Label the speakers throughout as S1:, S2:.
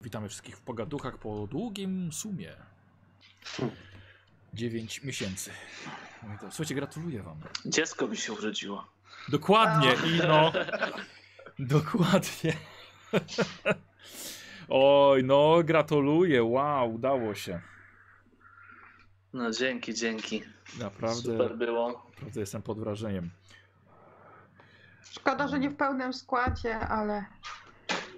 S1: Witamy wszystkich w pogaduchach po długim sumie. 9 miesięcy. No i to- Słuchajcie, gratuluję wam.
S2: Dziecko mi się urodziło.
S1: Dokładnie, i no. Dokładnie. Oj, no, gratuluję. Wow, udało się.
S2: No dzięki, dzięki.
S1: Naprawdę,
S2: Super było.
S1: naprawdę jestem pod wrażeniem.
S3: Szkoda, że nie w pełnym składzie, ale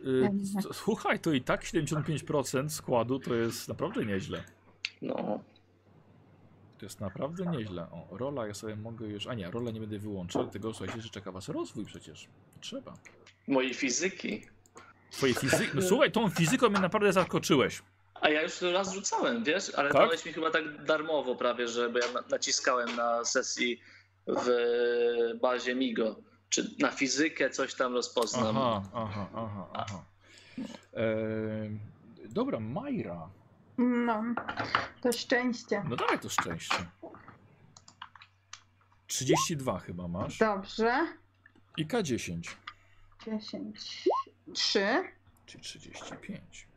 S1: Y,
S3: Jednak.
S1: s- Słuchaj, to i tak 75% składu to jest naprawdę nieźle.
S2: No.
S1: To jest naprawdę nieźle. O, rola ja sobie mogę już. A nie, rola nie będę wyłączał, tylko słuchajcie, że czeka was rozwój przecież. Trzeba.
S2: Mojej fizyki.
S1: Twoje fizyki. No słuchaj, tą fizyką mnie naprawdę zaskoczyłeś.
S2: A ja już raz rzucałem, wiesz? Ale
S1: Tak?
S2: dałeś mi chyba tak darmowo prawie, że bo ja na- naciskałem na sesji w bazie Migo. Czy na fizykę coś tam rozpoznam.
S1: Aha, aha, aha, aha. Ehm, dobra, Majra.
S3: no, to szczęście.
S1: No dawaj to szczęście. 32 chyba masz.
S3: Tak. Dobrze.
S1: I K10,
S3: 10. 3.
S1: czyli 35.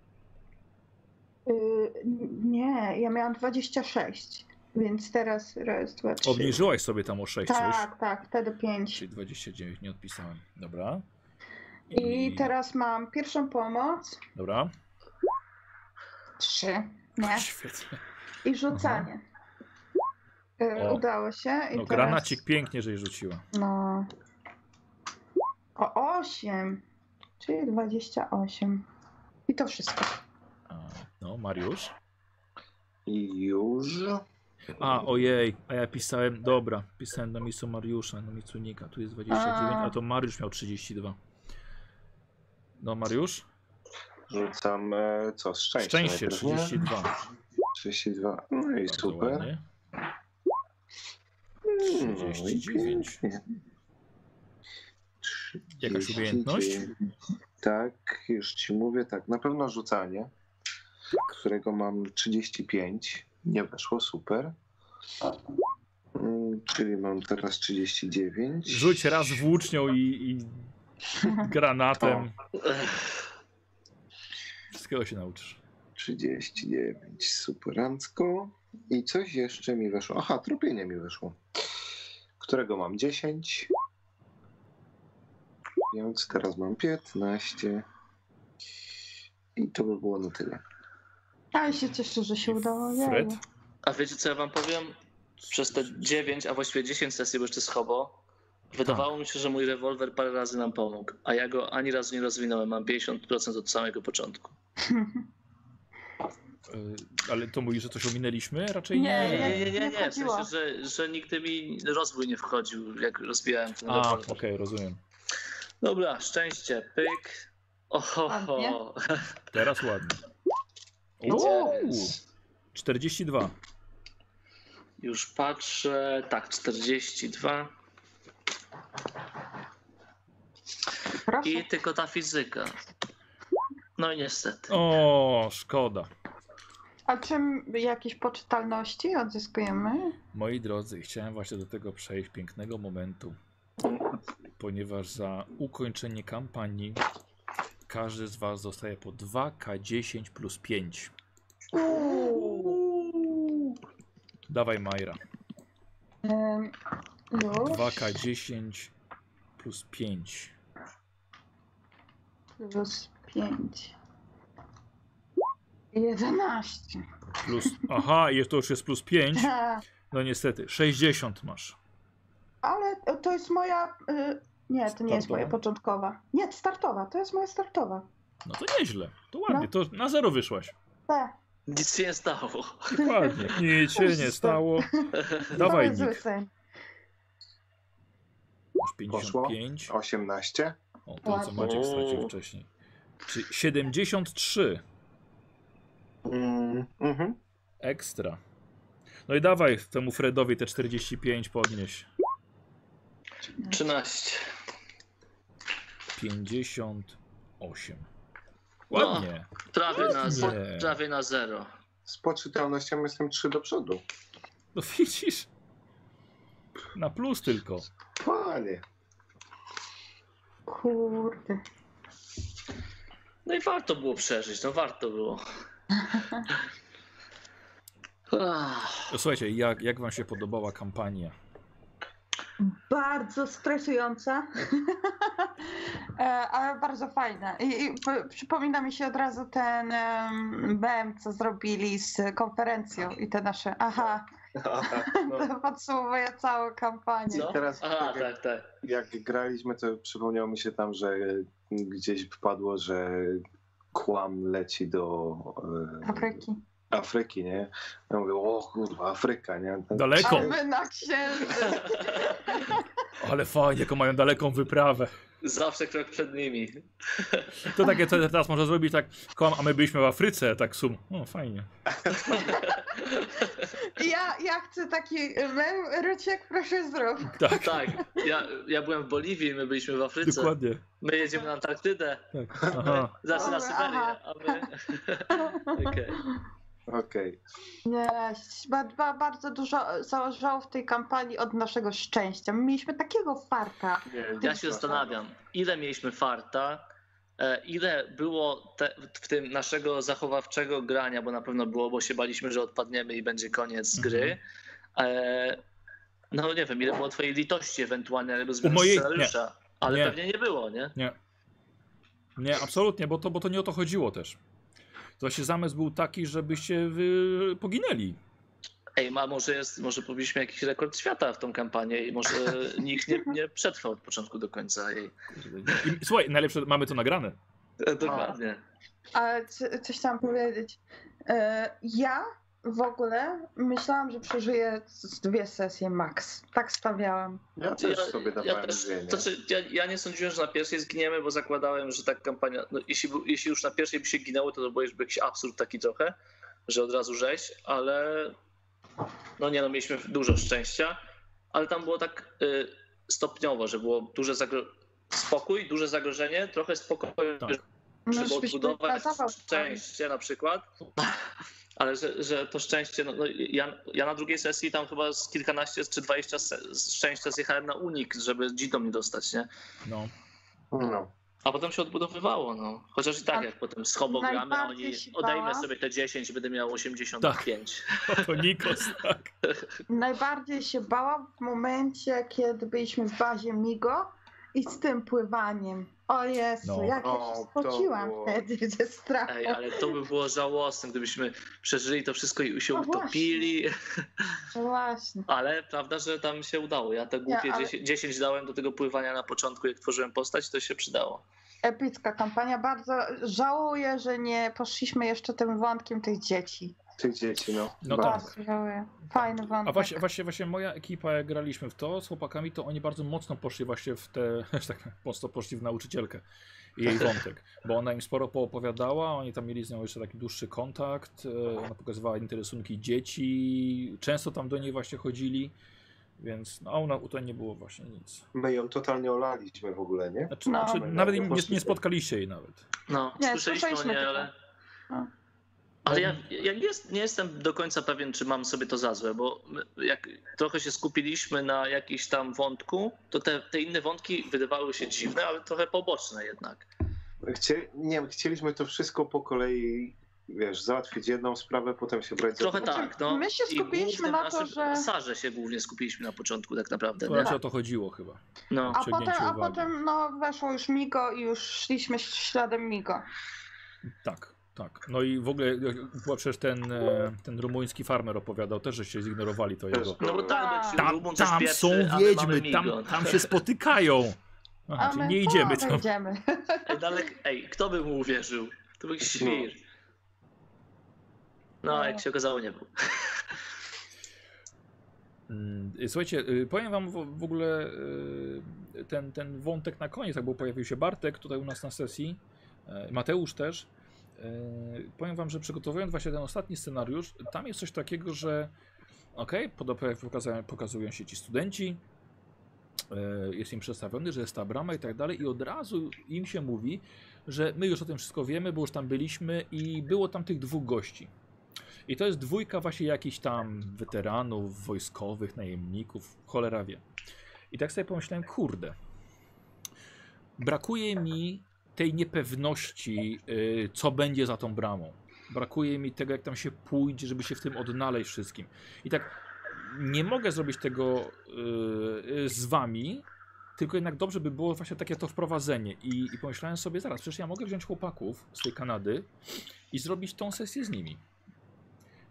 S3: Yy, nie, ja miałam 26, więc teraz raz, dwa, trzy.
S1: Obniżyłaś sobie tam o 6 coś.
S3: Tak, tak, wtedy 5.
S1: Czyli 29, nie odpisałem. Dobra.
S3: I teraz mam pierwszą pomoc,
S1: Dobra.
S3: 3, nie?
S1: Świetnie.
S3: I rzucanie. Yy,
S1: O.
S3: Udało się. I
S1: No,
S3: teraz...
S1: granacik pięknie, żeś rzuciła.
S3: No. O 8, czyli 28. I to wszystko.
S1: A, no, Mariusz.
S4: Już?
S1: A, ojej, a ja pisałem, dobra, pisałem na miejscu Mariusza, na miejscu Nika, tu jest 29, a to Mariusz miał 32. No, Mariusz?
S4: Rzucam e, co? Szczęście.
S1: Szczęście,
S4: najpierw, nie?
S1: 32.
S4: 32. No i
S1: Bardzo
S4: super.
S1: ładnie.
S4: Mm,
S1: 39.
S4: pięknie.
S1: Jakaś
S4: 39.
S1: umiejętność?
S4: Tak, już ci mówię, tak. Na pewno rzucanie, którego mam 35. Nie weszło, super. Mm, Czyli mam teraz 39.
S1: Rzuć raz włócznią i, i granatem. Wszystkiego się nauczysz.
S4: 39, superancko. I coś jeszcze mi weszło. Aha, tropienie mi weszło. Którego mam 10. Więc teraz mam 15. I to by było na tyle.
S3: Ale Tak, się cieszę, że się udało. Jeju.
S1: Fred?
S2: A wiecie co ja wam powiem? Przez te 9, a właściwie 10 sesji, bo jeszcze z Hobo, wydawało mi się, że mój rewolwer parę razy nam pomógł, a ja go ani razu nie rozwinąłem. Mam 50% od samego początku.
S1: Y, Ale to mówi, że coś ominęliśmy? Raczej
S3: Nie,
S1: nie.
S2: Nie, nie, nie, nie,
S3: nie
S2: nie. W
S3: wchodziło.
S2: sensie, że, że nigdy mi rozwój nie wchodził, jak rozbijałem ten
S1: A,
S2: rewolwer.
S1: okej, rozumiem.
S2: Dobra, szczęście, pyk. Oho,
S1: Teraz ładnie. Uuu,
S2: idzie.
S1: 42.
S2: Już patrzę. Tak, 42.
S3: Proszę.
S2: I tylko ta fizyka. No i niestety.
S1: O, szkoda.
S3: A czym jakieś poczytalności odzyskujemy?
S1: Moi drodzy, chciałem właśnie do tego przejść pięknego momentu, ponieważ za ukończenie kampanii każdy z Was dostaje po 2K10 plus 5. Dawaj Majra.
S3: Ym, Już.
S1: 2K10 plus 5.
S3: Plus 5. 11.
S1: Plus. Aha, i to już jest plus 5.
S3: Ha,
S1: No niestety, 60 masz.
S3: Ale to jest moja. y, Nie, to nie jest
S1: Startowa?
S3: moja początkowa. Nie, startowa. To jest moja startowa.
S1: No to nieźle. To ładnie, to na zero wyszłaś.
S3: Te.
S2: Nic się nie stało.
S1: Ładnie. Nic się nie stało. Dawaj
S3: Dawaj,
S1: Nik.
S3: rzucaj.
S1: Masz
S4: Poszło?
S1: 55.
S4: 18.
S1: O, to co
S3: Ładnie.
S1: Maciek stracił
S2: O.
S1: wcześniej. Czy 73
S4: Mm, mhm.
S1: ekstra. No i dawaj temu Fredowi te 45 podnieś.
S2: 13.
S1: 58. Ładnie.
S2: No, Prawie na,
S1: Ładnie.
S2: prawie na zero.
S4: Z poczytalnością jestem 3 do przodu.
S1: No widzisz? Na plus tylko.
S4: Panie.
S3: Kurde.
S2: No i warto było przeżyć, no warto było. Ah,
S1: Słuchajcie, jak, jak wam się podobała kampania?
S3: Bardzo stresująca, E, ale bardzo fajna. I, i p- przypomina mi się od razu ten em, BM, co zrobili z konferencją i te nasze. Aha, to podsumowuje całą kampanię.
S2: Co?
S4: Teraz
S2: No. Aha,
S4: tak, jak-
S2: tak, tak.
S4: jak graliśmy, to przypomniało mi się tam, że gdzieś wpadło, że kłam leci do e,
S3: Afryki.
S4: Afryki, nie? Ja mówię, o kurwa, Afryka, nie? No,
S1: Daleko,
S3: A my na księżyc.
S1: ale fajnie, jaką mają daleką wyprawę.
S2: Zawsze krok przed nimi.
S1: To takie, co teraz można zrobić, tak, kołam, a my byliśmy w Afryce, tak sum. No fajnie.
S3: Ja, ja chcę taki mem, Ryciek, proszę zrób.
S1: Tak,
S2: Tak, ja, ja byłem w Boliwii, my byliśmy w Afryce.
S1: dokładnie.
S2: My jedziemy na Antarktydę,
S1: Tak. Aha.
S2: zaraz na
S3: Aha.
S2: Syberię, a my... Okej.
S4: Okej.
S3: Nie, ba, ba, bardzo dużo zależało w tej kampanii od naszego szczęścia. My mieliśmy takiego farta.
S4: Nie,
S2: Ja się
S4: nie,
S2: zastanawiam, ile mieliśmy farta, e, ile było te, w tym naszego zachowawczego grania, bo na pewno było, bo się baliśmy, że odpadniemy i będzie koniec
S1: Mhm.
S2: gry. E, No nie wiem, ile było twojej litości ewentualnie, ale bez
S1: U mojej-
S2: scenariusza. Ale
S1: Nie.
S2: pewnie nie było, nie?
S1: Nie, absolutnie, bo to, bo to nie o to chodziło też. To Właśnie zamysł był taki, żebyście wy poginęli.
S2: Ej, ma, może, jest, może powinniśmy jakiś rekord świata w tą kampanię i może nikt nie, nie przetrwał od początku do końca jej.
S1: I, słuchaj, najlepsze, mamy to nagrane.
S2: E, Dokładnie.
S3: Ale c- coś chciałam powiedzieć. E, Ja w ogóle myślałam, że przeżyję z- z dwie sesje max. Tak stawiałam.
S4: Ja też sobie dawałem
S2: ja, też,
S4: dwie, nie?
S2: to znaczy, ja, ja nie sądziłem, że na pierwszej zginiemy, bo zakładałem, że tak kampania. No, jeśli, był- jeśli już na pierwszej by się ginęło, to, to byłby jakiś absurd taki trochę, że od razu rzeź, ale no nie no, mieliśmy dużo szczęścia, ale tam było tak y, stopniowo, że było duże zagro... spokój, duże zagrożenie, trochę spokoju,
S1: Tak.
S2: żeby
S3: żebyś
S2: odbudować
S3: pracował.
S2: szczęście na przykład. Ale że, że to szczęście, no, no ja, ja na drugiej sesji tam chyba z kilkanaście czy dwadzieścia se- z szczęścia zjechałem na unik, żeby dzidom nie dostać, nie?
S1: No.
S4: No.
S2: A potem się odbudowywało, no. Chociaż i tak
S3: Tak.
S2: jak potem z Hobo gramy, a
S3: Najbardziej
S2: oni
S3: się
S2: odejmę
S3: bałam.
S2: sobie te 10, będę miał 85.
S1: To Nikos, tak.
S3: Najbardziej się bałam w momencie, kiedy byliśmy w bazie Migo i z tym pływaniem. O Jezu,
S1: No.
S3: jak ja
S4: O,
S3: się
S4: to
S3: spociłam
S4: było-
S3: wtedy ze strachu.
S2: Ej, ale to by było żałosne, gdybyśmy przeżyli to wszystko i się
S3: No
S2: utopili.
S3: No Właśnie.
S2: Ale prawda, że tam się udało. Ja te głupie
S3: ale-
S2: 10, 10 dałem do tego pływania na początku, jak tworzyłem postać, to się przydało.
S3: Epicka kampania. Bardzo żałuję, że nie poszliśmy jeszcze tym wątkiem tych dzieci.
S4: Tych dzieci, no.
S1: No
S4: Bardzo.
S1: tak.
S3: Bardzo żałuję. Fajny wątek.
S1: A właśnie, właśnie, właśnie moja ekipa, jak graliśmy w to z chłopakami, to oni bardzo mocno poszli właśnie w te, że tak powiem, mocno poszli w nauczycielkę i jej wątek, bo ona im sporo poopowiadała, oni tam mieli z nią jeszcze taki dłuższy kontakt, e, ona pokazywała im te rysunki dzieci, często tam do niej właśnie chodzili, więc no, a ona u tej nie było właśnie nic.
S4: My ją totalnie olaliśmy w ogóle, nie?
S1: Znaczy,
S3: No.
S1: znaczy nawet im nie, nie spotkaliście jej nawet.
S2: No,
S3: Nie,
S2: słyszeliśmy o
S3: słyszeliśmy
S2: nie,
S3: tylko.
S2: ale.
S3: No.
S2: Ale ja, ja nie, jest, nie jestem do końca pewien, czy mam sobie to za złe, bo my- jak trochę się skupiliśmy na jakiś tam wątku, to te, te inne wątki wydawały się dziwne, ale trochę poboczne jednak.
S4: Chcie, nie wiem, chcieliśmy to wszystko po kolei, wiesz, załatwić jedną sprawę, potem się brać
S2: Trochę
S4: za drugą.
S2: tak, no.
S3: Znaczy, my się
S2: I
S3: skupiliśmy
S2: głównym
S3: na to,
S2: naszym
S3: że-
S2: Sarze się głównie skupiliśmy na początku tak naprawdę,
S1: To
S2: nie?
S1: raczej o to chodziło chyba.
S2: No.
S3: A
S1: Ciągnięcie
S3: potem, a
S1: uwagi.
S3: potem no, weszło już Migo i już szliśmy śladem Migo.
S1: Tak, tak. No i w ogóle bo przecież ten, e, ten rumuński farmer opowiadał też, że się zignorowali to jego.
S2: No bo tak, bo ci
S1: Tam,
S2: Rumun coś
S1: tam
S2: pieprzy,
S1: są
S2: a my mamy
S1: wiedźmy, tam,
S2: migon.
S1: tam się spotykają. Aha,
S3: A
S1: czyli
S3: my,
S1: nie idziemy
S3: no,
S1: tam.
S3: Idziemy.
S2: Ej, Dalek, ej, kto by mu uwierzył? To był jakiś
S4: No.
S2: świr. No, jak się okazało, nie był.
S1: Mm, Słuchajcie, y, powiem wam w w ogóle y, ten, ten wątek na koniec, tak, bo pojawił się Bartek tutaj u nas na sesji, y, Mateusz też. Y, Powiem wam, że przygotowując właśnie ten ostatni scenariusz, tam jest coś takiego, że okej, okay, pokazują, pokazują się ci studenci, y, jest im przedstawiony, że jest ta brama i tak dalej i od razu im się mówi, że my już o tym wszystko wiemy, bo już tam byliśmy i było tam tych dwóch gości. I to jest dwójka właśnie jakichś tam weteranów, wojskowych, najemników, cholera wie. I tak sobie pomyślałem, kurde, brakuje mi tej niepewności, y, co będzie za tą bramą. Brakuje mi tego, jak tam się pójdzie, żeby się w tym odnaleźć wszystkim. I tak nie mogę zrobić tego y, y, z wami, tylko jednak dobrze by było właśnie takie to wprowadzenie. I, I pomyślałem sobie, zaraz, przecież ja mogę wziąć chłopaków z tej Kanady i zrobić tą sesję z nimi.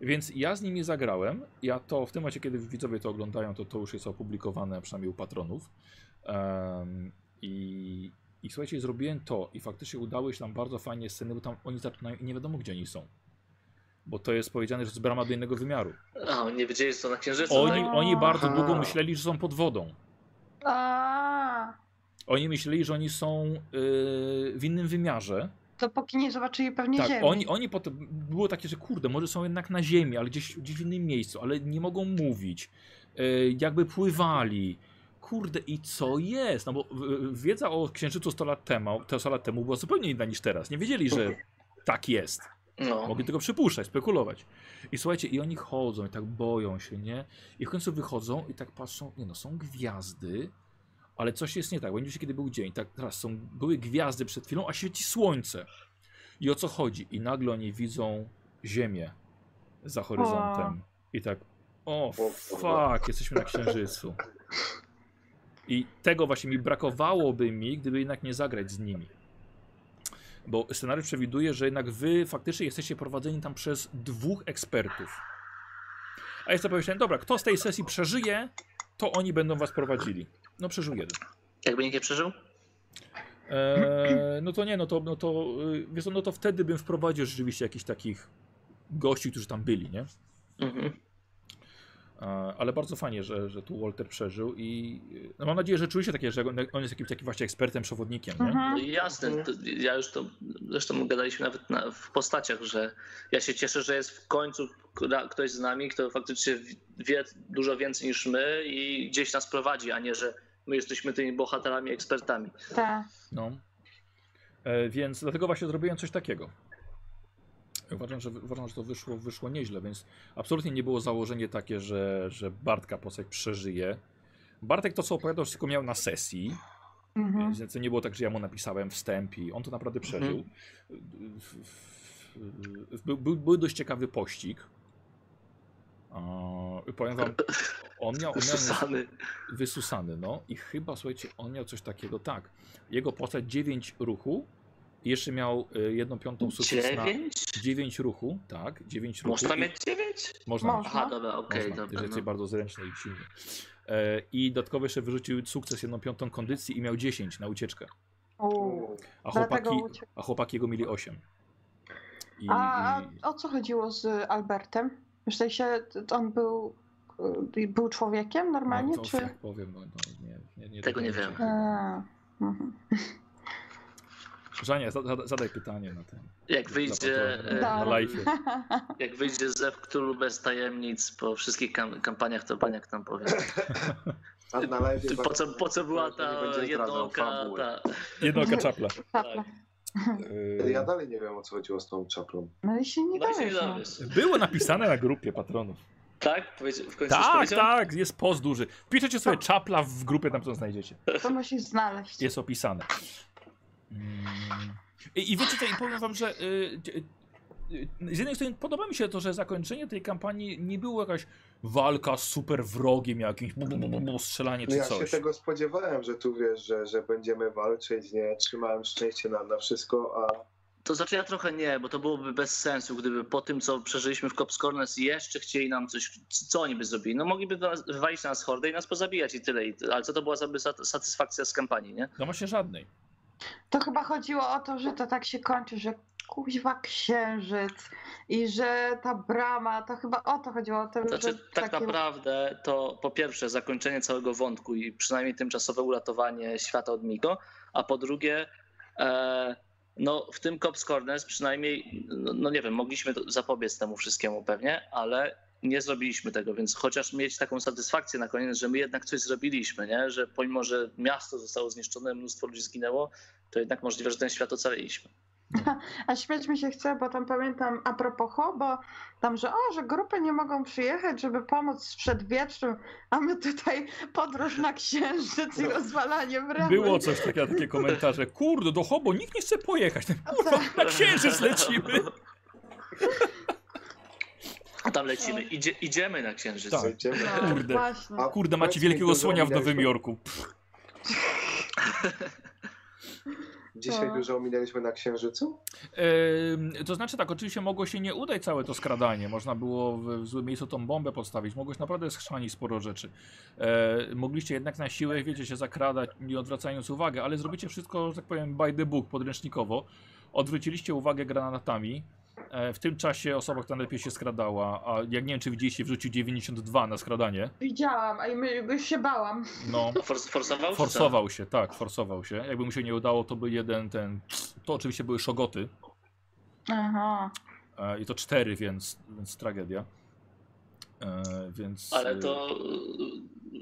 S1: Więc ja z nimi zagrałem. Ja to w tym momencie, kiedy widzowie to oglądają, to to już jest opublikowane, przynajmniej u patronów. Em, i, I słuchajcie, zrobiłem to i faktycznie udały się tam bardzo fajnie sceny, bo tam oni zaczynają i nie wiadomo gdzie oni są. Bo to jest powiedziane, że to jest brama do innego wymiaru.
S2: A, oni nie wiedzieli, że to na księżycu.
S1: Oni,
S2: tak?
S1: oni bardzo
S4: Aha.
S1: długo myśleli, że są pod wodą.
S3: A,
S1: Oni myśleli, że oni są yy, w innym wymiarze.
S3: dopóki nie zobaczyli pewnie
S1: Tak,
S3: ziemi.
S1: oni, oni potem było takie, że kurde, może są jednak na ziemi, ale gdzieś, gdzieś w innym miejscu, ale nie mogą mówić. E, jakby pływali. Kurde, i co jest? No bo w- wiedza o księżycu 100 lat temu, te 100 lat temu była zupełnie inna niż teraz. Nie wiedzieli, że tak jest.
S2: No.
S1: Mogli tylko przypuszczać, spekulować. I słuchajcie, i oni chodzą i tak boją się, nie? I w końcu wychodzą i tak patrzą, nie no, są gwiazdy, ale coś jest nie tak, bo nie wiecie, kiedy był dzień. Tak, teraz są, były gwiazdy przed chwilą, a świeci słońce. I o co chodzi? I nagle oni widzą Ziemię za horyzontem. I tak, o fuck, jesteśmy na Księżycu. I tego właśnie mi brakowałoby mi, gdyby jednak nie zagrać z nimi. Bo scenariusz przewiduje, że jednak wy faktycznie jesteście prowadzeni tam przez dwóch ekspertów. A jest to pomyślałem, dobra, kto z tej sesji przeżyje, to oni będą was prowadzili. No przeżył jeden.
S2: Jakby nikt nie przeżył?
S1: Eee, no to nie, no to, no to, y, wiesz, co, no to wtedy bym wprowadził rzeczywiście jakichś takich gości, którzy tam byli, nie?
S2: Mhm.
S1: E, Ale bardzo fajnie, że, że tu Walter przeżył i y, no mam nadzieję, że czuje się takie, że on- on jest jakimś takim właśnie ekspertem, przewodnikiem, nie?
S2: No
S3: Mhm.
S2: i Jasne, to, ja już to, zresztą gadaliśmy nawet na, w postaciach, że ja się cieszę, że jest w końcu kra- ktoś z nami, kto faktycznie wi- wie dużo więcej niż my i gdzieś nas prowadzi, a nie, że my jesteśmy tymi bohaterami, ekspertami.
S3: Tak.
S1: No. E, więc dlatego właśnie zrobiłem coś takiego. Uważam, że, uważam, że to wyszło, wyszło nieźle, więc absolutnie nie było założenie takie, że, że Bartka postać przeżyje. Bartek to, co opowiadał, wszystko miał na sesji,
S3: Mhm.
S1: więc to nie było tak, że ja mu napisałem wstęp i on to naprawdę
S2: Mhm.
S1: przeżył. W- w- w- Był, był, był dość ciekawy pościg. E, powiem wam, on miał, on miał
S2: Susany.
S1: wysusany, no i chyba, słuchajcie, on miał coś takiego, tak. Jego postać 9 ruchu i jeszcze miał y, jedną piątą sukces na
S2: Dziewięć?
S1: 9 ruchu, tak, 9 ruchu.
S2: Można
S1: i-
S2: mieć dziewięć?
S1: Można
S3: Można.
S1: mieć.
S2: Aha, dobra, okej,
S1: Można,
S2: dobra.
S1: gdyż jesteś
S2: No.
S1: bardzo zręczny i silny. E, I dodatkowo jeszcze wyrzucił sukces jedną piątą kondycji i miał 10 na ucieczkę.
S3: Uuu.
S1: A
S3: Dlatego
S1: chłopaki,
S3: uciekł.
S1: a chłopaki jego mieli 8. I,
S3: A
S1: i...
S3: a o co chodziło z Albertem? W sensie t- on był, y, był człowiekiem normalnie,
S1: no, to,
S3: czy...
S1: jak powiem, no, no, nie, nie, nie
S2: Tego nie wiem.
S3: A, mhm.
S1: Żania, za- za- zadaj pytanie na ten.
S2: Jak wyjdzie,
S1: Na, na
S2: e,
S3: Dobra.
S1: live.
S2: jak wyjdzie Zew Cthulhu bez tajemnic po wszystkich kam- kampaniach, to Baniak nam powie.
S4: A na live
S2: Ty, Po co, po co była ta
S4: Nie będzie zdradzał
S2: jednooka?
S4: fabuły.
S2: Ta...
S1: Jednooka czapla.
S2: Tak.
S3: Czapla.
S1: E,
S4: Ja dalej nie wiem, o co chodziło z tą czaplą.
S3: No i się nie
S2: No i się nie
S3: dowiesz. No.
S2: dowiesz.
S1: Było napisane na grupie patronów.
S2: Tak? Powiedz, w końcu
S1: Tak,
S2: tak, tak.
S1: tak, jest post duży. Piszecie sobie
S3: Tak.
S1: czapla w grupie, tam co znajdziecie.
S3: To musisz znaleźć.
S1: Jest opisane. Mm. I, i wiecie co, i powiem wam, że y, y, y, z jednej strony podoba mi się to, że zakończenie tej kampanii nie było jakaś walka z super wrogiem jakimś, bu, bu, bu, bu, bu, strzelanie czy
S4: No Ja
S1: coś.
S4: się tego spodziewałem, że tu wiesz, że, że będziemy walczyć, nie? Trzymałem szczęście na, na wszystko, a
S2: To znaczy ja trochę nie, bo to byłoby bez sensu, gdyby po tym, co przeżyliśmy w Cops Corners jeszcze chcieli nam coś, c- co oni by zrobili? No mogliby do nas, wywalić na nas hordę i nas pozabijać i tyle. I, ale co to była za by sat- satysfakcja z kampanii, nie?
S1: No właśnie żadnej.
S3: To chyba chodziło o to, że to tak się kończy, że kuźwa księżyc i że ta brama, to chyba o to chodziło. O to, że
S2: Znaczy, tak
S3: takie-
S2: naprawdę to po pierwsze zakończenie całego wątku i przynajmniej tymczasowe uratowanie świata od Miko, a po drugie, e, no w tym Cops Corners przynajmniej, no, no nie wiem, mogliśmy to- zapobiec temu wszystkiemu pewnie, ale nie zrobiliśmy tego, więc chociaż mieć taką satysfakcję na koniec, że my jednak coś zrobiliśmy, nie? że pomimo, że miasto zostało zniszczone, mnóstwo ludzi zginęło, to jednak możliwe, że ten świat ocaliliśmy.
S3: A śmiać mi się chce, bo tam pamiętam a propos hobo, tam, że o, że grupy nie mogą przyjechać, żeby pomóc w przedwiecznym, a my tutaj podróż na księżyc i rozwalanie bramy.
S1: No. Było coś takiego, takie komentarze. Kurde, do Hobo nikt nie chce pojechać. No, Kurwa,
S3: Tak.
S1: na księżyc lecimy.
S2: A tam lecimy. Idzie, idziemy na księżyc.
S1: Tak.
S4: Idziemy.
S3: No,
S1: Kurde.
S3: Właśnie.
S4: A
S1: Kurde, macie
S4: powiedz mi,
S1: wielkiego
S4: dużo
S1: słonia w Nowym
S4: ominęliśmy-
S1: Jorku. Pff,
S4: Dzisiaj
S3: No.
S4: dużo ominęliśmy na Księżycu?
S1: em, to znaczy tak, oczywiście mogło się nie udać całe to skradanie. Można było w, w złym miejscu tą bombę podstawić. Mogłeś naprawdę schrzanić sporo rzeczy. E, mogliście jednak na siłę, wiecie, się zakradać, nie odwracając uwagi, ale zrobicie wszystko, że tak powiem, by the book, podręcznikowo. Odwróciliście uwagę granatami. E, w tym czasie osoba, która najlepiej się skradała, a jak nie wiem, czy widzieliście, wrzucił 92 na skradanie.
S3: Widziałam, a i my, już się bałam.
S1: No.
S2: A Fors, forsował? czy co?
S1: Forsował się, tak, forsował się. Jakby mu się nie udało, to był jeden ten. To oczywiście były szogoty
S3: Aha.
S1: e, i to cztery, więc, więc tragedia. E, więc.
S2: Ale
S1: e,
S2: to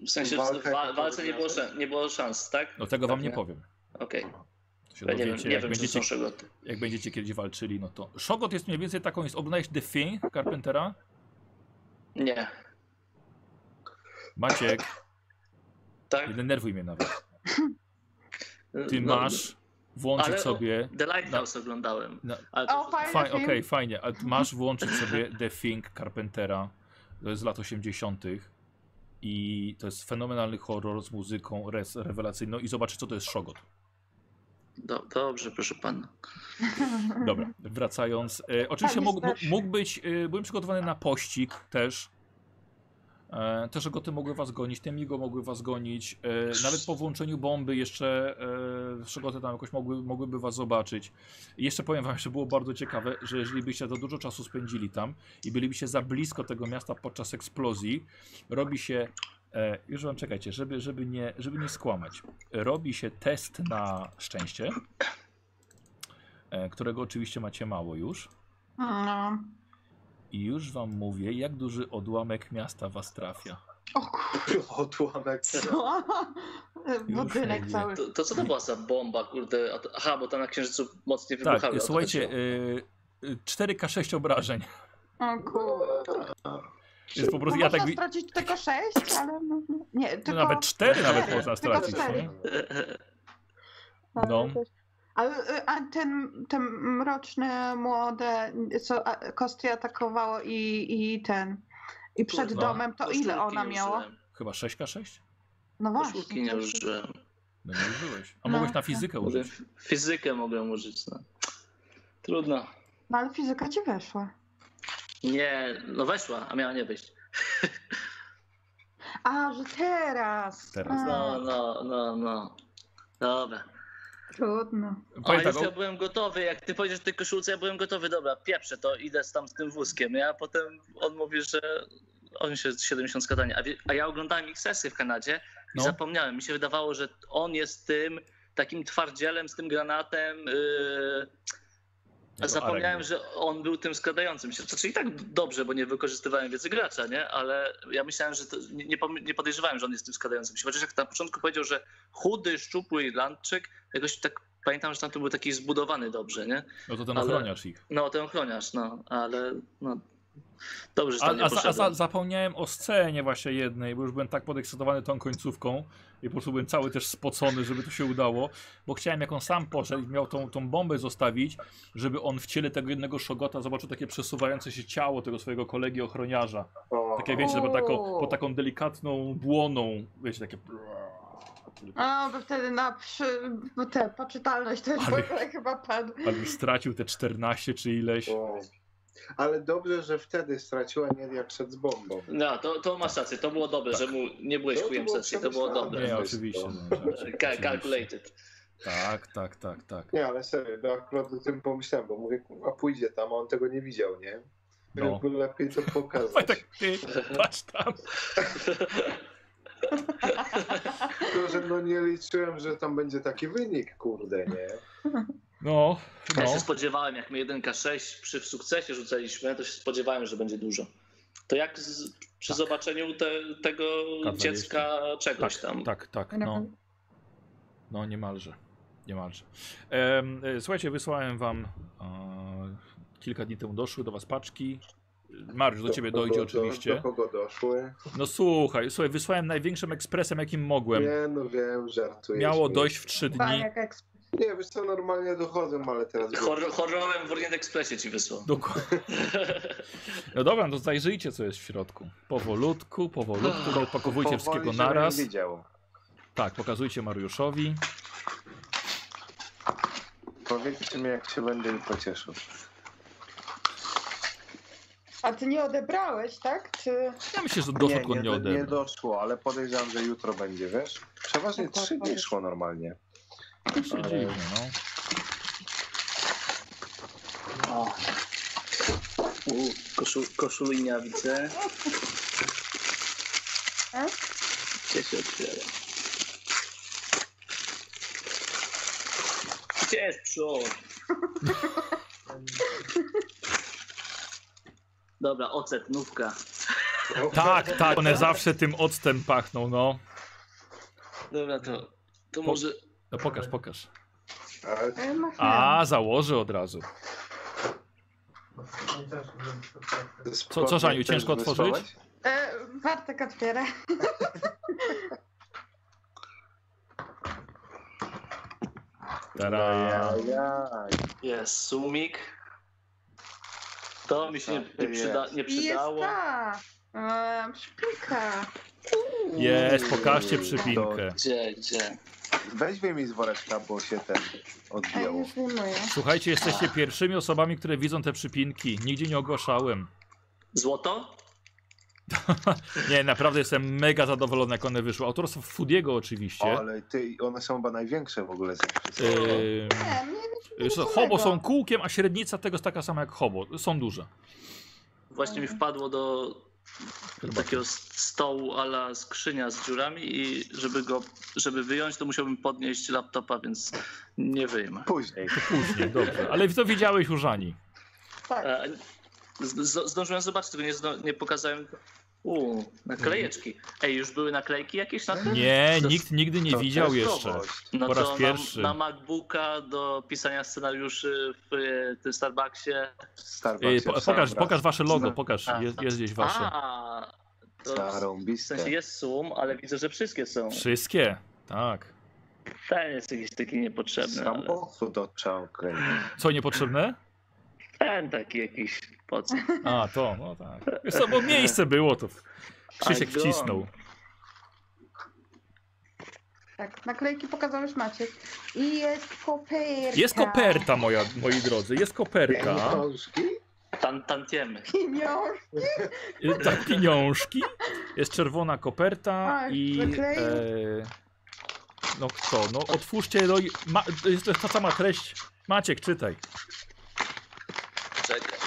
S2: y, w sensie w
S4: Walka
S2: wa-
S4: jako
S2: walce nie było,
S4: wygrana?
S2: szans, nie było szans, tak?
S1: No tego
S2: tak,
S1: wam nie
S2: nie?
S1: powiem.
S2: Okej.
S1: To się
S2: Ja Nie wiem,
S1: dowiecie,
S2: nie
S1: jak,
S2: wiem czy
S1: będziecie,
S2: są szegoty.
S1: jak będziecie kiedyś walczyli, no to. Szogot jest mniej więcej taką, jest Obnight the Thing Carpentera.
S2: Nie.
S1: Maciek,
S2: Tak?
S1: nie denerwuj mnie nawet. Ty
S2: No,
S1: masz włączyć
S2: Ale-
S1: sobie.
S2: The Lighthouse oglądałem.
S1: No.
S2: Ale to,
S3: O, fajny
S1: Faj,
S3: film.
S1: Okej, fajnie, ale masz włączyć sobie The Thing Carpentera. To jest z lat 80. I to jest fenomenalny horror z muzyką res, rewelacyjną. I zobaczysz, co to jest szogot.
S2: do, dobrze, proszę pana.
S1: Dobra, wracając. E, oczywiście
S3: Mhm. Tak,
S1: mógł,
S3: jest też.
S1: mógł być, e, byłem przygotowany na pościg też. E, te szogoty mogły was gonić, te migo mogły was gonić. E, nawet po włączeniu bomby jeszcze e, szogoty tam jakoś mogły, mogłyby was zobaczyć. I jeszcze powiem wam, że było bardzo ciekawe, że jeżeli byście za dużo czasu spędzili tam i bylibyście za blisko tego miasta podczas eksplozji, robi się, e, już wam czekajcie, żeby, żeby, nie, żeby nie skłamać, robi się test na szczęście, e, którego oczywiście macie mało już.
S3: No.
S1: I już wam mówię, jak duży odłamek miasta was trafia.
S3: O kur-
S4: Odłamek.
S3: co? Budynek
S1: mówię.
S3: cały.
S2: To, to co to była za bomba, kurde? A to- Aha, bo tam na księżycu mocnie
S1: Tak,
S2: wybuchały. o to
S1: słuchajcie,
S2: chodziło.
S1: y, y, 4K6 obrażeń.
S3: O kur...
S1: Jest po
S3: No,
S1: prostu, ja
S3: można
S1: tak. wi- Tak.
S3: stracić tylko sześć, ale no, no, nie,
S1: No,
S3: tylko...
S1: nawet 4 nawet
S3: Tylko
S1: można stracić.
S3: cztery.
S1: Nie? e-
S3: ale
S1: no.
S3: też- Ale a ten, ten mroczne, młode, co a- kosty atakowało i, i ten... I przed
S1: No.
S3: domem, to ile
S2: Koszulki
S3: ona
S2: nie
S3: miała?
S2: użyłem.
S1: Chyba 6K6?
S3: No
S2: Koszulki
S3: właśnie.
S2: nie
S3: to-
S2: użyłem.
S1: No nie użyłeś. A
S3: No.
S1: mogłeś na fizykę
S2: Mogę,
S1: użyć.
S2: fizykę mogłem użyć. No. Trudno.
S3: No ale fizyka ci weszła.
S2: Nie, no weszła, a miała nie wyjść.
S3: A, że teraz.
S1: Teraz. tak.
S3: A,
S2: No, no, no, no. Dobra.
S3: Trudno.
S2: O,
S1: Pamiętaj,
S2: jest, ja
S1: o-
S2: byłem gotowy, jak ty powiedziesz w tej koszulce, ja byłem gotowy, dobra, pieprzę to, idę tam z tym wózkiem, nie? a potem on mówi, że on się 70 skadania, a, wie- a ja oglądałem ich sesję w Kanadzie i
S1: No.
S2: zapomniałem, mi się wydawało, że on jest tym takim twardzielem z tym granatem, yy, a
S1: Arek
S2: zapomniałem,
S1: był.
S2: że on był tym składającym się, co czyli tak dobrze, bo nie wykorzystywałem wiedzy gracza, nie? Ale ja myślałem, że to, nie, nie pom- nie podejrzewałem, że on jest tym składającym się, chociaż jak na początku powiedział, że chudy, szczupły Irlandczyk, jakoś tak pamiętam, że tamten był taki zbudowany dobrze, nie?
S1: No to ten
S2: ale-
S1: ochroniarz ich.
S2: No, ten ochroniarz, no, ale no, dobrze, że
S1: A,
S2: tam nie
S1: a, za- a za,
S2: poszedłem.
S1: zapomniałem o scenie właśnie jednej, bo już byłem tak podekscytowany tą końcówką i po prostu byłem cały też spocony, żeby to się udało, bo chciałem jak on sam poszedł i miał tą, tą bombę zostawić, żeby on w ciele tego jednego szogota zobaczył takie przesuwające się ciało tego swojego kolegi ochroniarza.
S4: O,
S1: Takie wiecie, że pod taką,
S3: Uuu.
S1: pod taką delikatną dłoną, wiecie, takie...
S3: A, bo wtedy na przy... bo te, poczytalność też
S1: Ale-
S3: w ogóle chyba padł.
S1: Ale już stracił te 14 czy ileś.
S4: o. Ale dobrze, że wtedy straciła nie jak przed z bombą.
S2: No, to, to masz rację, to było dobre,
S1: Tak.
S2: że mu nie byłeś
S4: To- to
S2: chujem
S4: było
S2: sesji, to było
S4: przemyślane.
S2: dobre.
S1: Nie,
S4: to-
S1: oczywiście.
S4: to-
S1: no, oczywiście.
S2: Ka- calculated.
S1: Tak, tak, tak, tak.
S4: Nie, ale serio, no akurat o tym pomyślałem, bo mówię, a pójdzie tam, a on tego nie widział, nie?
S1: No.
S4: No. By lepiej to
S1: Faj,
S4: pokazać.
S1: tak, ty, patrz tam.
S4: Tylko, że no nie liczyłem, że tam będzie taki wynik, kurde, nie?
S1: No,
S2: Ja się
S1: no.
S2: spodziewałem, jak my 1K6 przy w sukcesie rzucaliśmy, to się spodziewałem, że będzie dużo. To jak z, przy zobaczeniu te, tego
S1: K20.
S2: dziecka czegoś tam.
S1: Tak, tak, no, no niemalże. Niemalże. Em, e, Słuchajcie, wysłałem wam e, kilka dni temu doszły do was paczki. Mariusz, do ciebie dojdzie
S4: kogo- Do
S1: oczywiście.
S4: kogo doszły?
S1: No słuchaj, słuchaj, wysłałem największym ekspresem, jakim mogłem.
S4: Nie, no wiem, żartuję.
S1: Miało
S4: śmieję.
S1: dojść w trzy dni.
S3: Bajek ekspres.
S4: Nie, wiesz co, normalnie dochodzą, ale teraz...
S2: Horror, horrorem w Orient Expressie ci wysłał.
S1: Dokładnie. No dobra, to zajrzyjcie, co jest w środku. Powolutku, powolutku, nie odpakowujcie
S4: Powoli,
S1: wszystkiego
S4: żeby
S1: naraz.
S4: Nie wiedział.
S1: Tak, pokazujcie Mariuszowi.
S4: Powiedzcie mi, jak się będę i pocieszył.
S3: A ty nie odebrałeś, tak? Czy...
S1: Ja myślę, że doszło, tylko
S4: nie,
S1: on nie
S4: do- nie
S1: odebrał.
S4: doszło, ale podejrzewam, że jutro będzie, wiesz?
S2: No
S4: Przeważnie
S2: tak,
S3: Dokładnie.
S4: trzy dni szło normalnie.
S1: To się dziwnie, no.
S2: O. U, koszul, koszulinia widzę.
S3: E?
S2: Gdzie się otwiera? Gdzie jest przód? Dobra, ocet, nówka.
S1: Tak, tak, one zawsze tym octem pachną, no.
S2: Dobra, to, to
S1: Po-
S2: może...
S1: No pokaż, pokaż.
S4: Ale
S3: E, masz
S1: A, założy od razu.
S4: to
S1: co,
S4: spodnie
S1: Żaniu,
S4: też
S1: ciężko otworzyć?
S4: wysłałeś?
S3: nie. E, Bartek otwiera.
S1: Tara.
S4: Ajaj.
S2: Jest sumik. To mi się nie, nie, przyda, nie
S3: I jest tak.
S2: przydało.
S3: ta e, szpilka.
S1: Jest, pokażcie przypinkę.
S2: Gdzie, gdzie?
S4: Weź mi z woreczka, bo się ten
S3: A
S4: odbiło.
S3: już wyjmuję.
S1: Słuchajcie, jesteście pierwszymi osobami, które widzą te przypinki. Nigdzie nie ogłaszałem.
S2: Złoto?
S1: Nie, naprawdę jestem mega zadowolony, jak one wyszły. Autorstwo Foodiego oczywiście.
S4: Ale ty, one są chyba największe w ogóle. ze wszystkich.
S1: Ym,
S3: Nie, nie
S1: y,
S3: nic
S1: so-
S3: innego.
S1: Hobo są kółkiem, a średnica tego jest taka sama jak hobo. Są duże.
S2: Właśnie mi wpadło do takiego s- stołu ala skrzynia z dziurami i żeby go, żeby wyjąć, to musiałbym podnieść laptopa, więc nie wyjmę.
S4: Później.
S1: Tak, Później, dobrze. Ale to wiedziałeś już Ani.
S3: Tak.
S2: E, z- z- Zdążyłem zobaczyć, tylko nie, zdo- nie pokazałem. U, naklejeczki. Ej, już były naklejki jakieś na tym?
S1: Mhm. Nie,
S2: To-
S1: nikt nigdy nie
S4: To
S1: widział
S4: też
S1: jeszcze. E,
S4: nowość.
S2: No
S1: po
S2: to
S1: raz
S2: na-
S1: pierwszy.
S2: Na, MacBooka do pisania scenariuszy w e, tym Starbucksie.
S4: W Starbucksie
S1: Y, po,
S4: w sam
S1: pokaż,
S4: raz.
S1: pokaż wasze logo,
S4: Znam.
S1: pokaż. Jest, jest gdzieś wasze.
S2: A, to w
S4: Zarąbiste.
S2: sensie jest sum, ale widzę, że wszystkie są.
S1: Wszystkie. Tak.
S2: Ten jest jakiś taki niepotrzebny. Ale...
S4: Samochód od czałkry.
S1: Co niepotrzebne?
S2: Ten taki jakiś po co?
S1: A, to, no tak. Wiesz co, bo miejsce było, to Krzysiek
S2: I go.
S1: wcisnął.
S3: tak, naklejki pokazał już Maciek. I jest koperta.
S1: Jest koperta, moja, moi drodzy, jest koperta.
S4: Pieniążki?
S2: Tan, tantiemy.
S3: Pieniąż.
S1: Y, Tak, pieniążki. Jest czerwona koperta
S3: Tak,
S1: i...
S3: zakleił.
S1: E, no co, no otwórzcie, no, i ma, to jest to jest ta sama treść. Maciek, czytaj.
S2: Czekaj.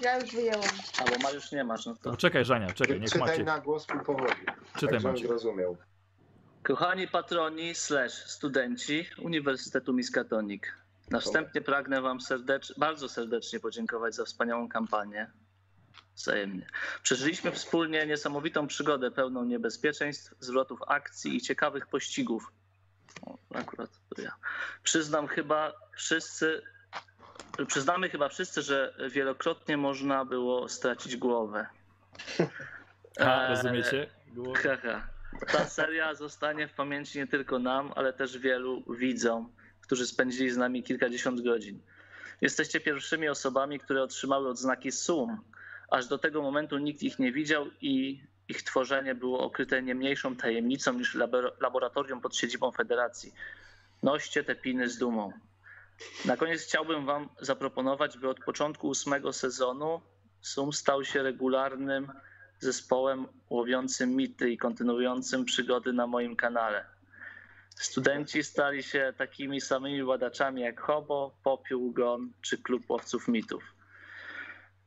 S3: Ja już wyjęłam.
S2: Albo Mariusz nie masz, no
S1: To
S2: to.
S1: poczekaj, Żania, czekaj, niech
S4: Czytaj
S1: Maciek,
S4: na głos po powoli.
S1: czytaj
S4: tak,
S1: Maciek.
S4: zrozumiał.
S2: Kochani patroni slash studenci Uniwersytetu Miskatonik. Na wstępie pragnę wam serdecz... bardzo serdecznie podziękować za wspaniałą kampanię. Wzajemnie. Przeżyliśmy wspólnie niesamowitą przygodę pełną niebezpieczeństw, zwrotów akcji i ciekawych pościgów. O, akurat to ja. Przyznam chyba wszyscy, przyznamy chyba wszyscy, że wielokrotnie można było stracić głowę.
S1: A,
S2: Eee,
S1: rozumiecie? Było...
S2: Haha. Ta seria zostanie w pamięci nie tylko nam, ale też wielu widzom, którzy spędzili z nami kilkadziesiąt godzin. Jesteście pierwszymi osobami, które otrzymały odznaki SUM. Aż do tego momentu nikt ich nie widział i ich tworzenie było okryte nie mniejszą tajemnicą niż labor- laboratorium pod siedzibą Federacji. Noście te piny z dumą. Na koniec chciałbym Wam zaproponować, by od początku ósmego sezonu SUM stał się regularnym zespołem łowiącym mity i kontynuującym przygody na moim kanale. Studenci stali się takimi samymi badaczami jak Hobo, Popiół, Gon czy Klub Łowców Mitów.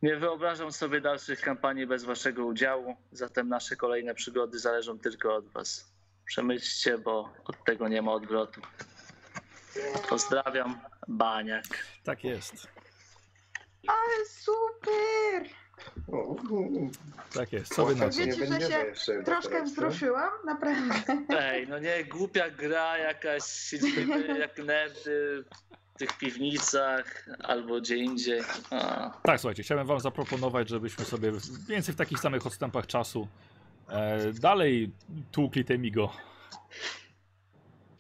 S2: Nie wyobrażam sobie dalszych kampanii bez waszego udziału, zatem nasze kolejne przygody zależą tylko od was. Przemyślcie, bo od tego nie ma odwrotu. Pozdrawiam, Baniak.
S1: Tak jest.
S3: Ale super.
S4: O, u,
S1: Tak jest, co wy na to?
S4: nie
S3: Wiecie, że
S4: będziemy
S3: się
S4: jeszcze
S3: Troszkę
S4: dekoracji.
S3: wzruszyłam, naprawdę.
S2: Ej, no nie, głupia gra jakaś, siedzimy jak nerdy w tych piwnicach albo gdzie indziej. A.
S1: Tak, słuchajcie, chciałem wam zaproponować, żebyśmy sobie w- więcej w takich samych odstępach czasu e, dalej tłukli Temigo.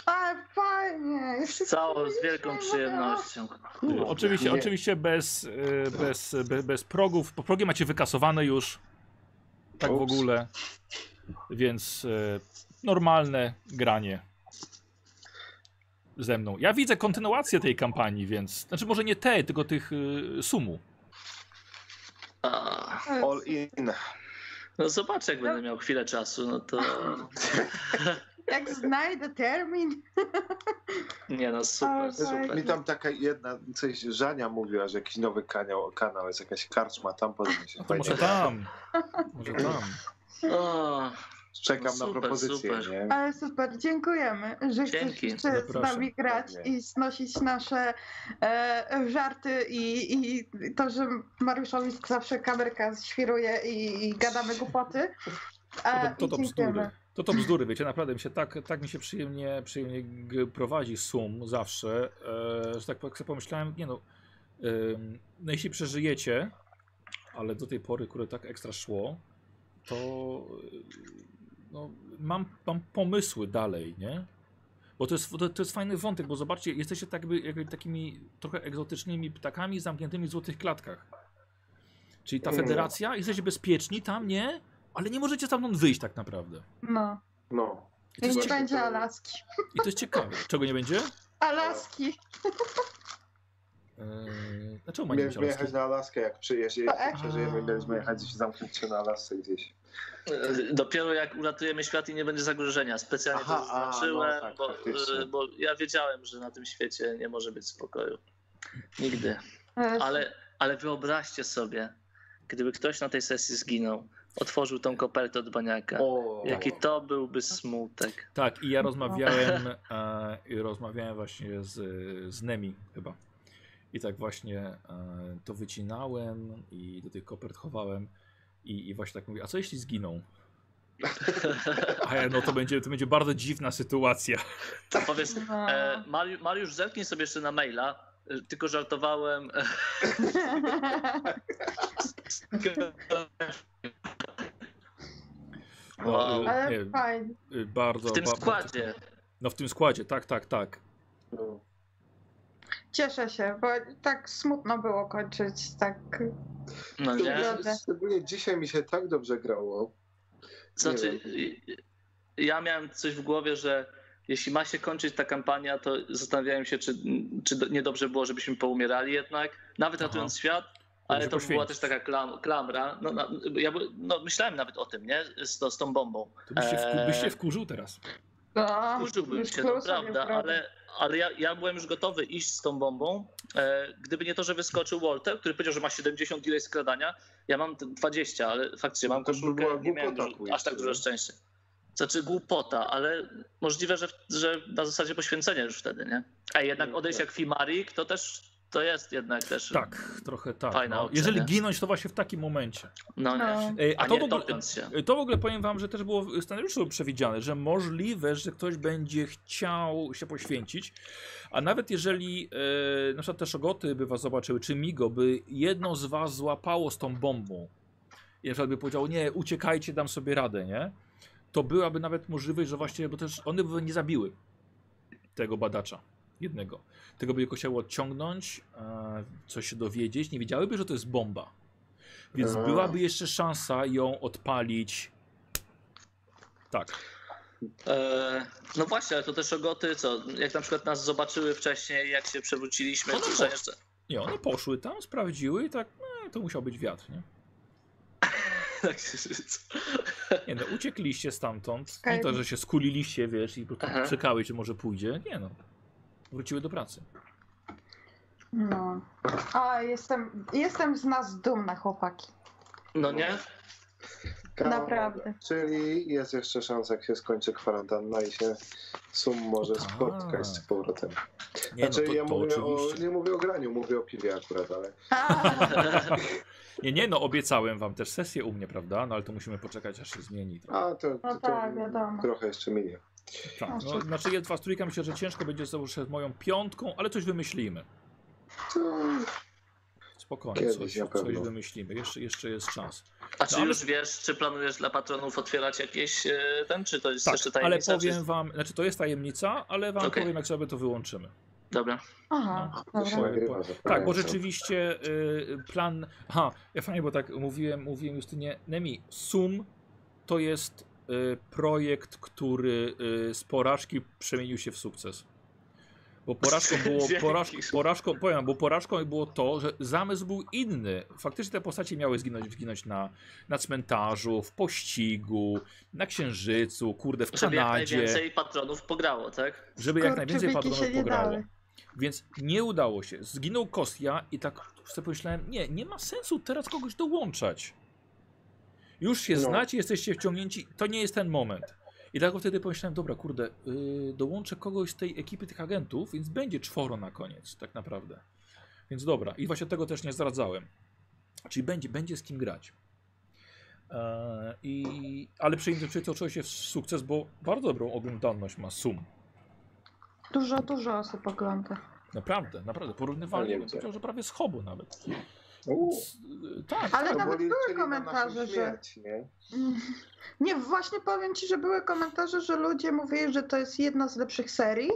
S3: Ale fajnie. Jeszcze
S2: Z całą, z
S3: wspomnieliśmy,
S2: wielką
S3: no to-
S2: przyjemnością.
S4: Kurde,
S1: No, Oczywiście,
S4: nie.
S1: oczywiście bez, e, bez, be, bez progów. Po progi macie wykasowane już. Tak w
S4: Ups.
S1: ogóle. Więc e, normalne granie ze mną. Ja widzę kontynuację tej kampanii, więc. Znaczy, może nie tej, tylko tych e, sumu.
S2: A.
S4: All in.
S2: No zobaczę, jak będę miał chwilę czasu, no to...
S3: Jak znajdę termin.
S2: Nie no,
S3: Ale
S2: super,
S4: Mi
S2: super.
S4: tam taka jedna, coś Żania mówiła, że jakiś nowy kanał, kanał jest jakaś karczma, tam podobnie się
S1: No To
S4: fajnie.
S1: może tam. Może tam.
S2: O,
S4: Czekam
S2: No
S4: na
S2: super,
S4: propozycję,
S2: super.
S4: nie?
S3: Ale super, dziękujemy, że chcesz
S2: Dzięki.
S3: jeszcze z
S1: Zapraszam.
S3: nami grać
S4: Pewnie.
S3: i znosić nasze e, żarty i, i to, że Mariuszowi zawsze kamerka świruje i, i gadamy głupoty. E,
S1: To, to,
S3: i
S1: to bzdury. To to bzdury, wiecie, naprawdę mi się tak, tak mi się przyjemnie, przyjemnie g- prowadzi sum zawsze, e, że tak po- sobie pomyślałem, nie no, ym, no jeśli przeżyjecie, ale do tej pory, które tak ekstra szło, to y, no, mam, mam pomysły dalej, nie? Bo to jest, to, to jest fajny wątek, bo zobaczcie, jesteście tak jakby, jakby takimi trochę egzotycznymi ptakami zamkniętymi w złotych klatkach. Czyli ta
S4: Mm.
S1: federacja, jesteście bezpieczni tam, nie? Ale nie możecie stamtąd wyjść tak naprawdę.
S3: No,
S4: No.
S1: I to,
S3: i
S1: jest
S3: nie
S1: ciekawe,
S3: będzie Alaski.
S1: I to jest ciekawe. Czego nie będzie?
S3: Alaski,
S1: Eee, dlaczego ma nie być
S4: Mieliśmy
S1: Alaski?
S4: jechać na Alaskę, jak przyjeździe,
S3: Tak.
S4: jak przeżyjemy, mieliśmy jechać i zamknąć się na Alasce gdzieś.
S2: E, Dopiero jak uratujemy świat i nie będzie zagrożenia. Specjalnie
S4: Aha,
S2: to
S4: a, no
S2: zaznaczyłem,
S4: tak,
S2: bo,
S4: faktycznie.
S2: e, bo ja wiedziałem, że na tym świecie nie może być spokoju. Nigdy.
S3: E,
S2: Ale, ale wyobraźcie sobie, gdyby ktoś na tej sesji zginął, otworzył tą kopertę od baniaka.
S4: O,
S2: Jaki to byłby smutek.
S1: Tak, i ja rozmawiałem, e, i rozmawiałem właśnie z, z Nemi chyba. I tak właśnie e, to wycinałem i do tych kopert chowałem. I, I właśnie tak mówię, a co jeśli zginą? A ja, no to będzie, to będzie bardzo dziwna sytuacja.
S2: To powiedz,
S3: no.
S2: e, Mariusz, Mariusz, zerknij sobie jeszcze na maila. E, Tylko żartowałem. e, Wow.
S1: e,
S3: Ale
S1: nie,
S3: fajnie.
S1: e, bardzo,
S2: W tym
S1: ba-
S2: składzie.
S1: No w tym składzie, tak, tak, tak.
S4: No.
S3: Cieszę się, bo tak smutno było kończyć tak.
S2: No
S4: To
S2: nie.
S4: ja- szczególnie dzisiaj mi się tak dobrze grało.
S2: Znaczy, y- ja miałem coś w głowie, że jeśli ma się kończyć ta kampania, to zastanawiałem się, czy, czy do- niedobrze było, żebyśmy poumierali jednak, nawet
S1: Aha.
S2: ratując świat, ale
S1: się
S2: to była też
S1: poświęcić.
S2: taka klam, klamra. No, no, ja by, no, myślałem nawet o tym, nie? Z, to, z tą bombą.
S1: To byś się, wku,
S2: Eee.
S1: byś się wkurzył teraz.
S3: No,
S2: Użyłbym
S3: już
S2: się, to
S3: kurwa,
S2: prawda,
S3: naprawdę.
S2: ale, ale ja, ja byłem już gotowy iść z tą bombą, e, gdyby nie to, że wyskoczył Walter, który powiedział, że ma 70 ileś skradania, ja mam t- 20, ale faktycznie mam
S4: No To by
S2: koszulkę,
S4: była
S2: nie miałem
S4: głupota,
S2: dużo-
S4: kurczę.
S2: aż tak dużo szczęścia. Znaczy głupota, ale możliwe, że, w- że na zasadzie poświęcenia już wtedy, nie? A jednak
S4: No
S2: odejść
S4: tak.
S2: jak Fimarik, to też, to jest jednak też,
S1: Tak, trochę tak.
S2: Fajna
S1: No.
S2: opcja,
S1: Jeżeli
S2: nie?
S1: ginąć, to właśnie w takim momencie.
S2: no nie,
S3: No.
S1: Ej,
S2: a,
S1: to w
S2: nie
S1: ogóle-
S2: topiąc się.
S1: Y, To w ogóle powiem wam, że też było w scenariuszu przewidziane, że możliwe, że ktoś będzie chciał się poświęcić, a nawet jeżeli e, na przykład te szogoty by was zobaczyły, czy Migo, by jedno z was złapało z tą bombą i na przykład by powiedział, nie, uciekajcie, dam sobie radę, nie? To byłaby nawet możliwość, że właśnie, bo też one by nie zabiły tego badacza jednego. Tego by tylko chciało odciągnąć, e, coś się dowiedzieć, nie wiedziałyby, że to jest bomba. Więc
S4: Eee.
S1: byłaby jeszcze szansa ją odpalić. Tak.
S2: E, no właśnie, ale to też ogoty, co, jak na przykład nas zobaczyły wcześniej, jak się przewróciliśmy,
S1: No to
S2: że jeszcze,
S1: Nie, one poszły tam, sprawdziły i tak, no, to musiał być wiatr, nie?
S2: Tak się żyć.
S1: Nie no, uciekliście stamtąd. Nie
S3: Okej.
S1: to, że się skuliliście, wiesz, i po prostu
S2: Aha.
S1: czekały, czy może pójdzie. Nie no. Wróciły do pracy.
S3: No. A, jestem, jestem z nas dumna, chłopaki.
S2: No nie?
S3: Naprawdę.
S4: Czyli jest jeszcze szansa, jak się skończy kwarantanna i się sum może
S1: tak.
S4: spotkać z powrotem.
S1: Nie
S4: znaczy,
S1: no, to,
S4: ja
S1: to
S4: mówię o,
S1: oczywiście.
S2: E,
S4: nie mówię o graniu, mówię o piwie akurat, ale
S3: A,
S1: Nie, nie, no obiecałem wam też sesję u mnie, prawda? No ale to musimy poczekać, aż się zmieni. trochę.
S4: A to, to, to
S3: tak, wiadomo.
S4: trochę jeszcze minie.
S1: Tak, no, znaczy jedwa z trójka myślę, że ciężko będzie znowu z moją piątką, ale coś wymyślimy.
S4: To
S1: Spokojnie,
S4: Kiedyś
S1: coś,
S4: na pewno.
S1: coś wymyślimy. Jeszcze, jeszcze jest czas.
S2: A czy
S1: No, ale-
S2: już wiesz, czy planujesz dla patronów otwierać jakieś e, ten, czy to jest
S1: Tak,
S2: jeszcze
S1: ale
S2: tajemnica?
S1: powiem
S2: Czy...
S1: wam, znaczy to jest tajemnica, ale wam
S2: Okej.
S1: powiem, jak sobie to wyłączymy.
S2: Dobra.
S1: No,
S3: Aha,
S4: to się
S3: dobra.
S4: nagrywa.
S1: Tak, bo
S4: zapomniałem.
S1: rzeczywiście y, plan. Aha, ja fajnie, bo tak mówiłem, mówiłem Justynie. Nemi, Sum to jest y, projekt, który y, z porażki przemienił się w sukces. Bo porażką było,
S2: Dzięki.
S1: porażką, porażką, powiem, bo porażką było to, że zamysł był inny. Faktycznie te postacie miały zginąć, zginąć na, na cmentarzu, w pościgu, na księżycu, kurde, w
S2: Żeby jak
S1: Kanadzie,
S2: najwięcej patronów pograło, tak?
S1: żeby jak
S3: Kurczę,
S1: najwięcej
S3: byki
S1: patronów
S3: się nie
S1: pograło.
S3: dały.
S1: Więc nie udało się. Zginął Kostia i tak sobie pomyślałem, nie, nie ma sensu teraz kogoś dołączać. Już się
S4: No.
S1: znacie, jesteście wciągnięci, to nie jest ten moment. I dlatego wtedy pomyślałem, dobra, kurde, yy, dołączę kogoś z tej ekipy tych agentów, więc będzie czworo na koniec, tak naprawdę. Więc dobra, i właśnie tego też nie zdradzałem. Czyli będzie, będzie z kim grać. Eee, i, ale przyjmę to oczywiście w sukces, bo bardzo dobrą oglądalność ma Sum.
S3: Dużo, dużo osób ogląda.
S1: Naprawdę, naprawdę. Porównywalnie
S4: Nie
S1: bym
S4: wiem.
S1: powiedział, że prawie z hobu nawet.
S4: Uuu,
S1: Z, tak.
S3: Ale
S4: to
S3: nawet
S4: byli-
S3: były
S4: czyli na naszą
S3: komentarze, że...
S4: śmierć, nie?
S3: Mm. Nie, właśnie powiem ci, że były komentarze, że ludzie mówili, że to jest jedna z lepszych serii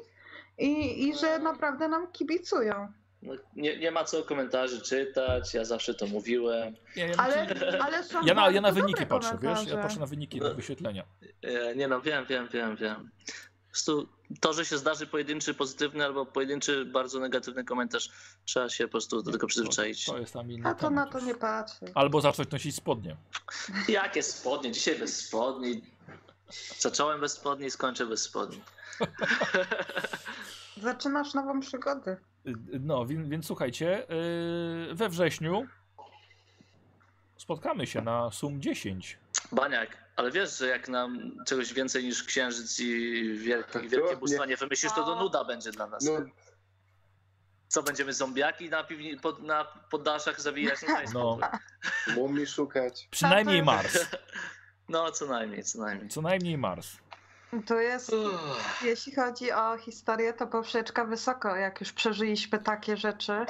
S3: i, i że naprawdę nam kibicują.
S2: No, nie, nie ma co komentarzy czytać, ja zawsze to mówiłem.
S1: Ja, ja,
S3: Ale, ale są
S1: ja, na, ja na
S3: bardzo
S1: wyniki
S3: dobre
S1: patrzę, wiesz? Ja
S3: komentarze.
S1: patrzę na wyniki, na wyświetlenia.
S2: E, Nie no, wiem, wiem, wiem, wiem. Po prostu to, że się zdarzy pojedynczy pozytywny albo pojedynczy bardzo negatywny komentarz, trzeba się po prostu do tego przyzwyczaić.
S1: To, to jest tam inny
S3: A to na
S1: temat
S3: to
S1: już.
S3: nie patrzę.
S1: Albo zacząć nosić spodnie.
S2: Jakie spodnie? Dzisiaj bez spodni. Zacząłem bez spodni, skończę bez spodni.
S3: Zaczynasz nową przygodę.
S1: Y, No, więc, więc słuchajcie, y, we wrześniu spotkamy się na Sum 10.
S2: Baniak, ale wiesz, że jak nam czegoś więcej niż księżyc i wielkie, i wielkie
S4: Dokładnie.
S2: bóstwa nie wymyślisz, to to nuda będzie dla nas.
S4: No,
S2: Co, będziemy zombiaki na, piwni- pod, na poddaszach zawijać? No, daj
S1: No.
S2: spokój.
S4: mumii szukać.
S1: Przynajmniej
S3: Tak, to
S1: Mars.
S2: no, co najmniej, co najmniej.
S1: Co najmniej Mars.
S3: To jest, jeśli chodzi o historię, to poprzeczka wysoko, jak już przeżyliśmy takie rzeczy.
S1: Y,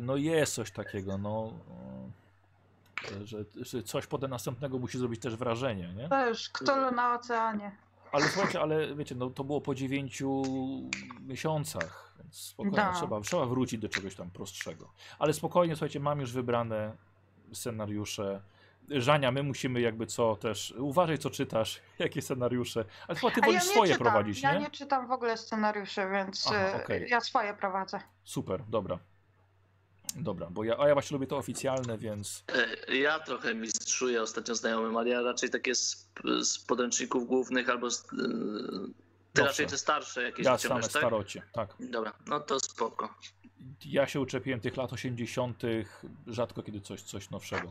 S1: no jest coś takiego, no. y, Że, że coś potem następnego musi zrobić też wrażenie, nie?
S3: To już
S1: Y,
S3: kto na oceanie.
S1: Ale słuchajcie, ale wiecie, no to było po dziewięciu miesiącach, więc spokojnie,
S3: Da.
S1: trzeba, trzeba wrócić do czegoś tam prostszego. Ale spokojnie, słuchajcie, mam już wybrane scenariusze. Żania, my musimy jakby co też, uważaj co czytasz, jakie scenariusze, ale chyba ty
S3: A
S1: wolisz swoje
S3: czytam,
S1: prowadzić,
S3: ja
S1: nie?
S3: nie czytam w ogóle scenariuszy, więc
S1: Aha,
S3: y,
S1: okej.
S3: ja swoje prowadzę.
S1: Super, dobra. Dobra, bo ja, a ja właśnie lubię to oficjalne, więc
S2: E, Ja trochę mistrzuję ostatnio znajomym, ale ja raczej takie z, z podręczników głównych albo z, y, ty
S1: Dobrze.
S2: raczej te starsze jakieś
S1: ja same
S2: wyciągasz, tak?
S1: starocie, tak.
S2: Dobra, no to spoko.
S1: Ja się uczepiłem tych lat 80., rzadko kiedy coś, coś nowszego.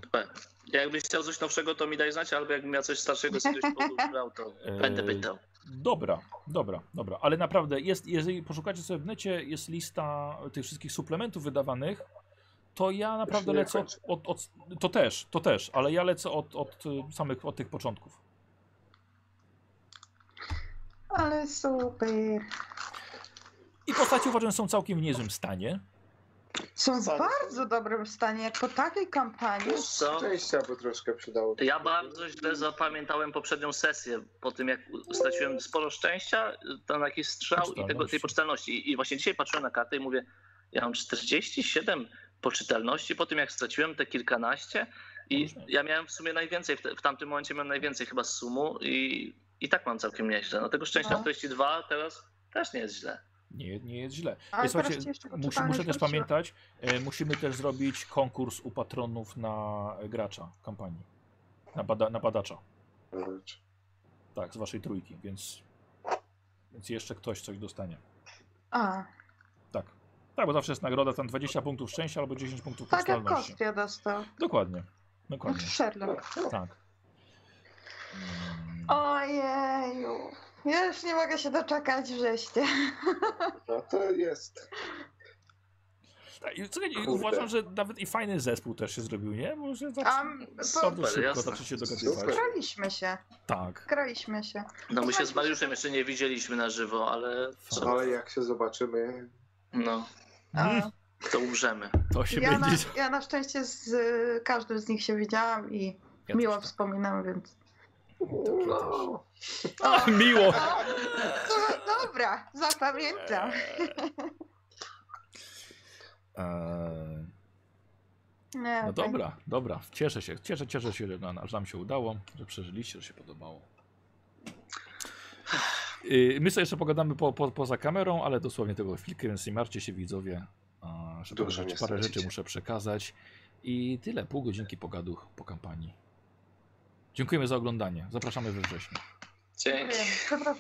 S2: Jakbyś chciał coś nowszego, to mi daj znać, albo jakbym miał coś starszego z jakiegoś powodu brał, to
S1: E,
S2: będę pytał.
S1: Dobra, dobra, dobra. Ale naprawdę, jest, jeżeli poszukacie sobie w necie, jest lista tych wszystkich suplementów wydawanych, to ja naprawdę
S4: nie
S1: lecę od,
S4: kończę.
S1: od, od... To też, to też, ale ja lecę od, od y, samych, od tych początków.
S3: Ale super.
S1: I postacie uważam, że są całkiem w niezłym stanie.
S3: Są w
S4: Bardzo.
S3: bardzo dobrym stanie, jak po takiej kampanii.
S2: Wiesz co?
S4: Szczęścia by troszkę przydało.
S2: Ja bardzo źle zapamiętałem poprzednią sesję, po tym jak straciłem sporo szczęścia, tam jakiś strzał i tego, tej
S1: Poczytalności.
S2: poczytalności. I- I właśnie dzisiaj patrzyłem na kartę i mówię, ja mam 47 poczytalności po tym jak straciłem te kilkanaście i
S1: Dobrze.
S2: ja miałem w sumie najwięcej, w, te, w tamtym momencie miałem najwięcej chyba z sumu i, i tak mam całkiem nieźle. No tego szczęścia
S3: No.
S2: 42 teraz też nie jest źle.
S1: Nie, nie jest źle.
S3: Ale
S1: Ja, słuchajcie,
S3: teraz ci jeszcze
S1: Musi,
S3: poczytałem,
S1: muszę też
S3: wróciła.
S1: pamiętać, e, musimy też zrobić konkurs u patronów na gracza kampanii. Na, bada, na badacza. Tak, z waszej trójki, więc, więc jeszcze ktoś coś dostanie.
S3: A,
S1: Tak. Tak, bo zawsze jest nagroda tam 20 punktów szczęścia albo 10 punktów
S3: tak jak
S1: poczytalności.
S3: Kostia dostał.
S1: Dokładnie.
S3: Jak
S1: Dokładnie.
S3: Sherlock.
S1: Tak. Mm,
S3: Ojeju. Ja już nie mogę się doczekać września.
S4: No to jest.
S1: Tak, i słuchaj, i
S4: Kurde.
S1: uważam, że nawet i fajny zespół też się zrobił, nie? Bo że tak
S3: A,
S1: bardzo
S2: super,
S1: szybko
S2: jasne.
S1: zaczy się
S4: Super.
S1: dogadywać.
S3: Graliśmy się,
S1: Tak.
S3: graliśmy się.
S2: No my się z Mariuszem jeszcze nie widzieliśmy na żywo, ale co?
S4: Ale jak się zobaczymy,
S2: No,
S3: A,
S2: to umrzemy.
S1: Mm, To się
S3: ja, na,
S1: będzie.
S3: ja na szczęście z y, każdym z nich się widziałam i
S1: Ja
S3: miło
S1: też tak.
S3: wspominam, więc.
S4: no,
S1: A, miło.
S3: O, no, dobra, zapamiętam.
S1: Eee,
S3: Nie,
S1: no
S3: tak.
S1: dobra, dobra. Cieszę się, cieszę, cieszę się, że na- że nam się udało, że przeżyliście, że się podobało. Yy, My sobie jeszcze pogadamy po, po, poza kamerą, ale dosłownie tego chwilkę, więc nie martwcie się widzowie. A, Jeszcze parę,
S4: Dużo nie
S1: rzeczy, parę rzeczy
S4: stracicie.
S1: muszę przekazać. I tyle, pół godzinki pogaduch po kampanii. Dziękujemy za oglądanie. Zapraszamy we wrześniu.
S2: Dzięki.
S3: Przepraszam.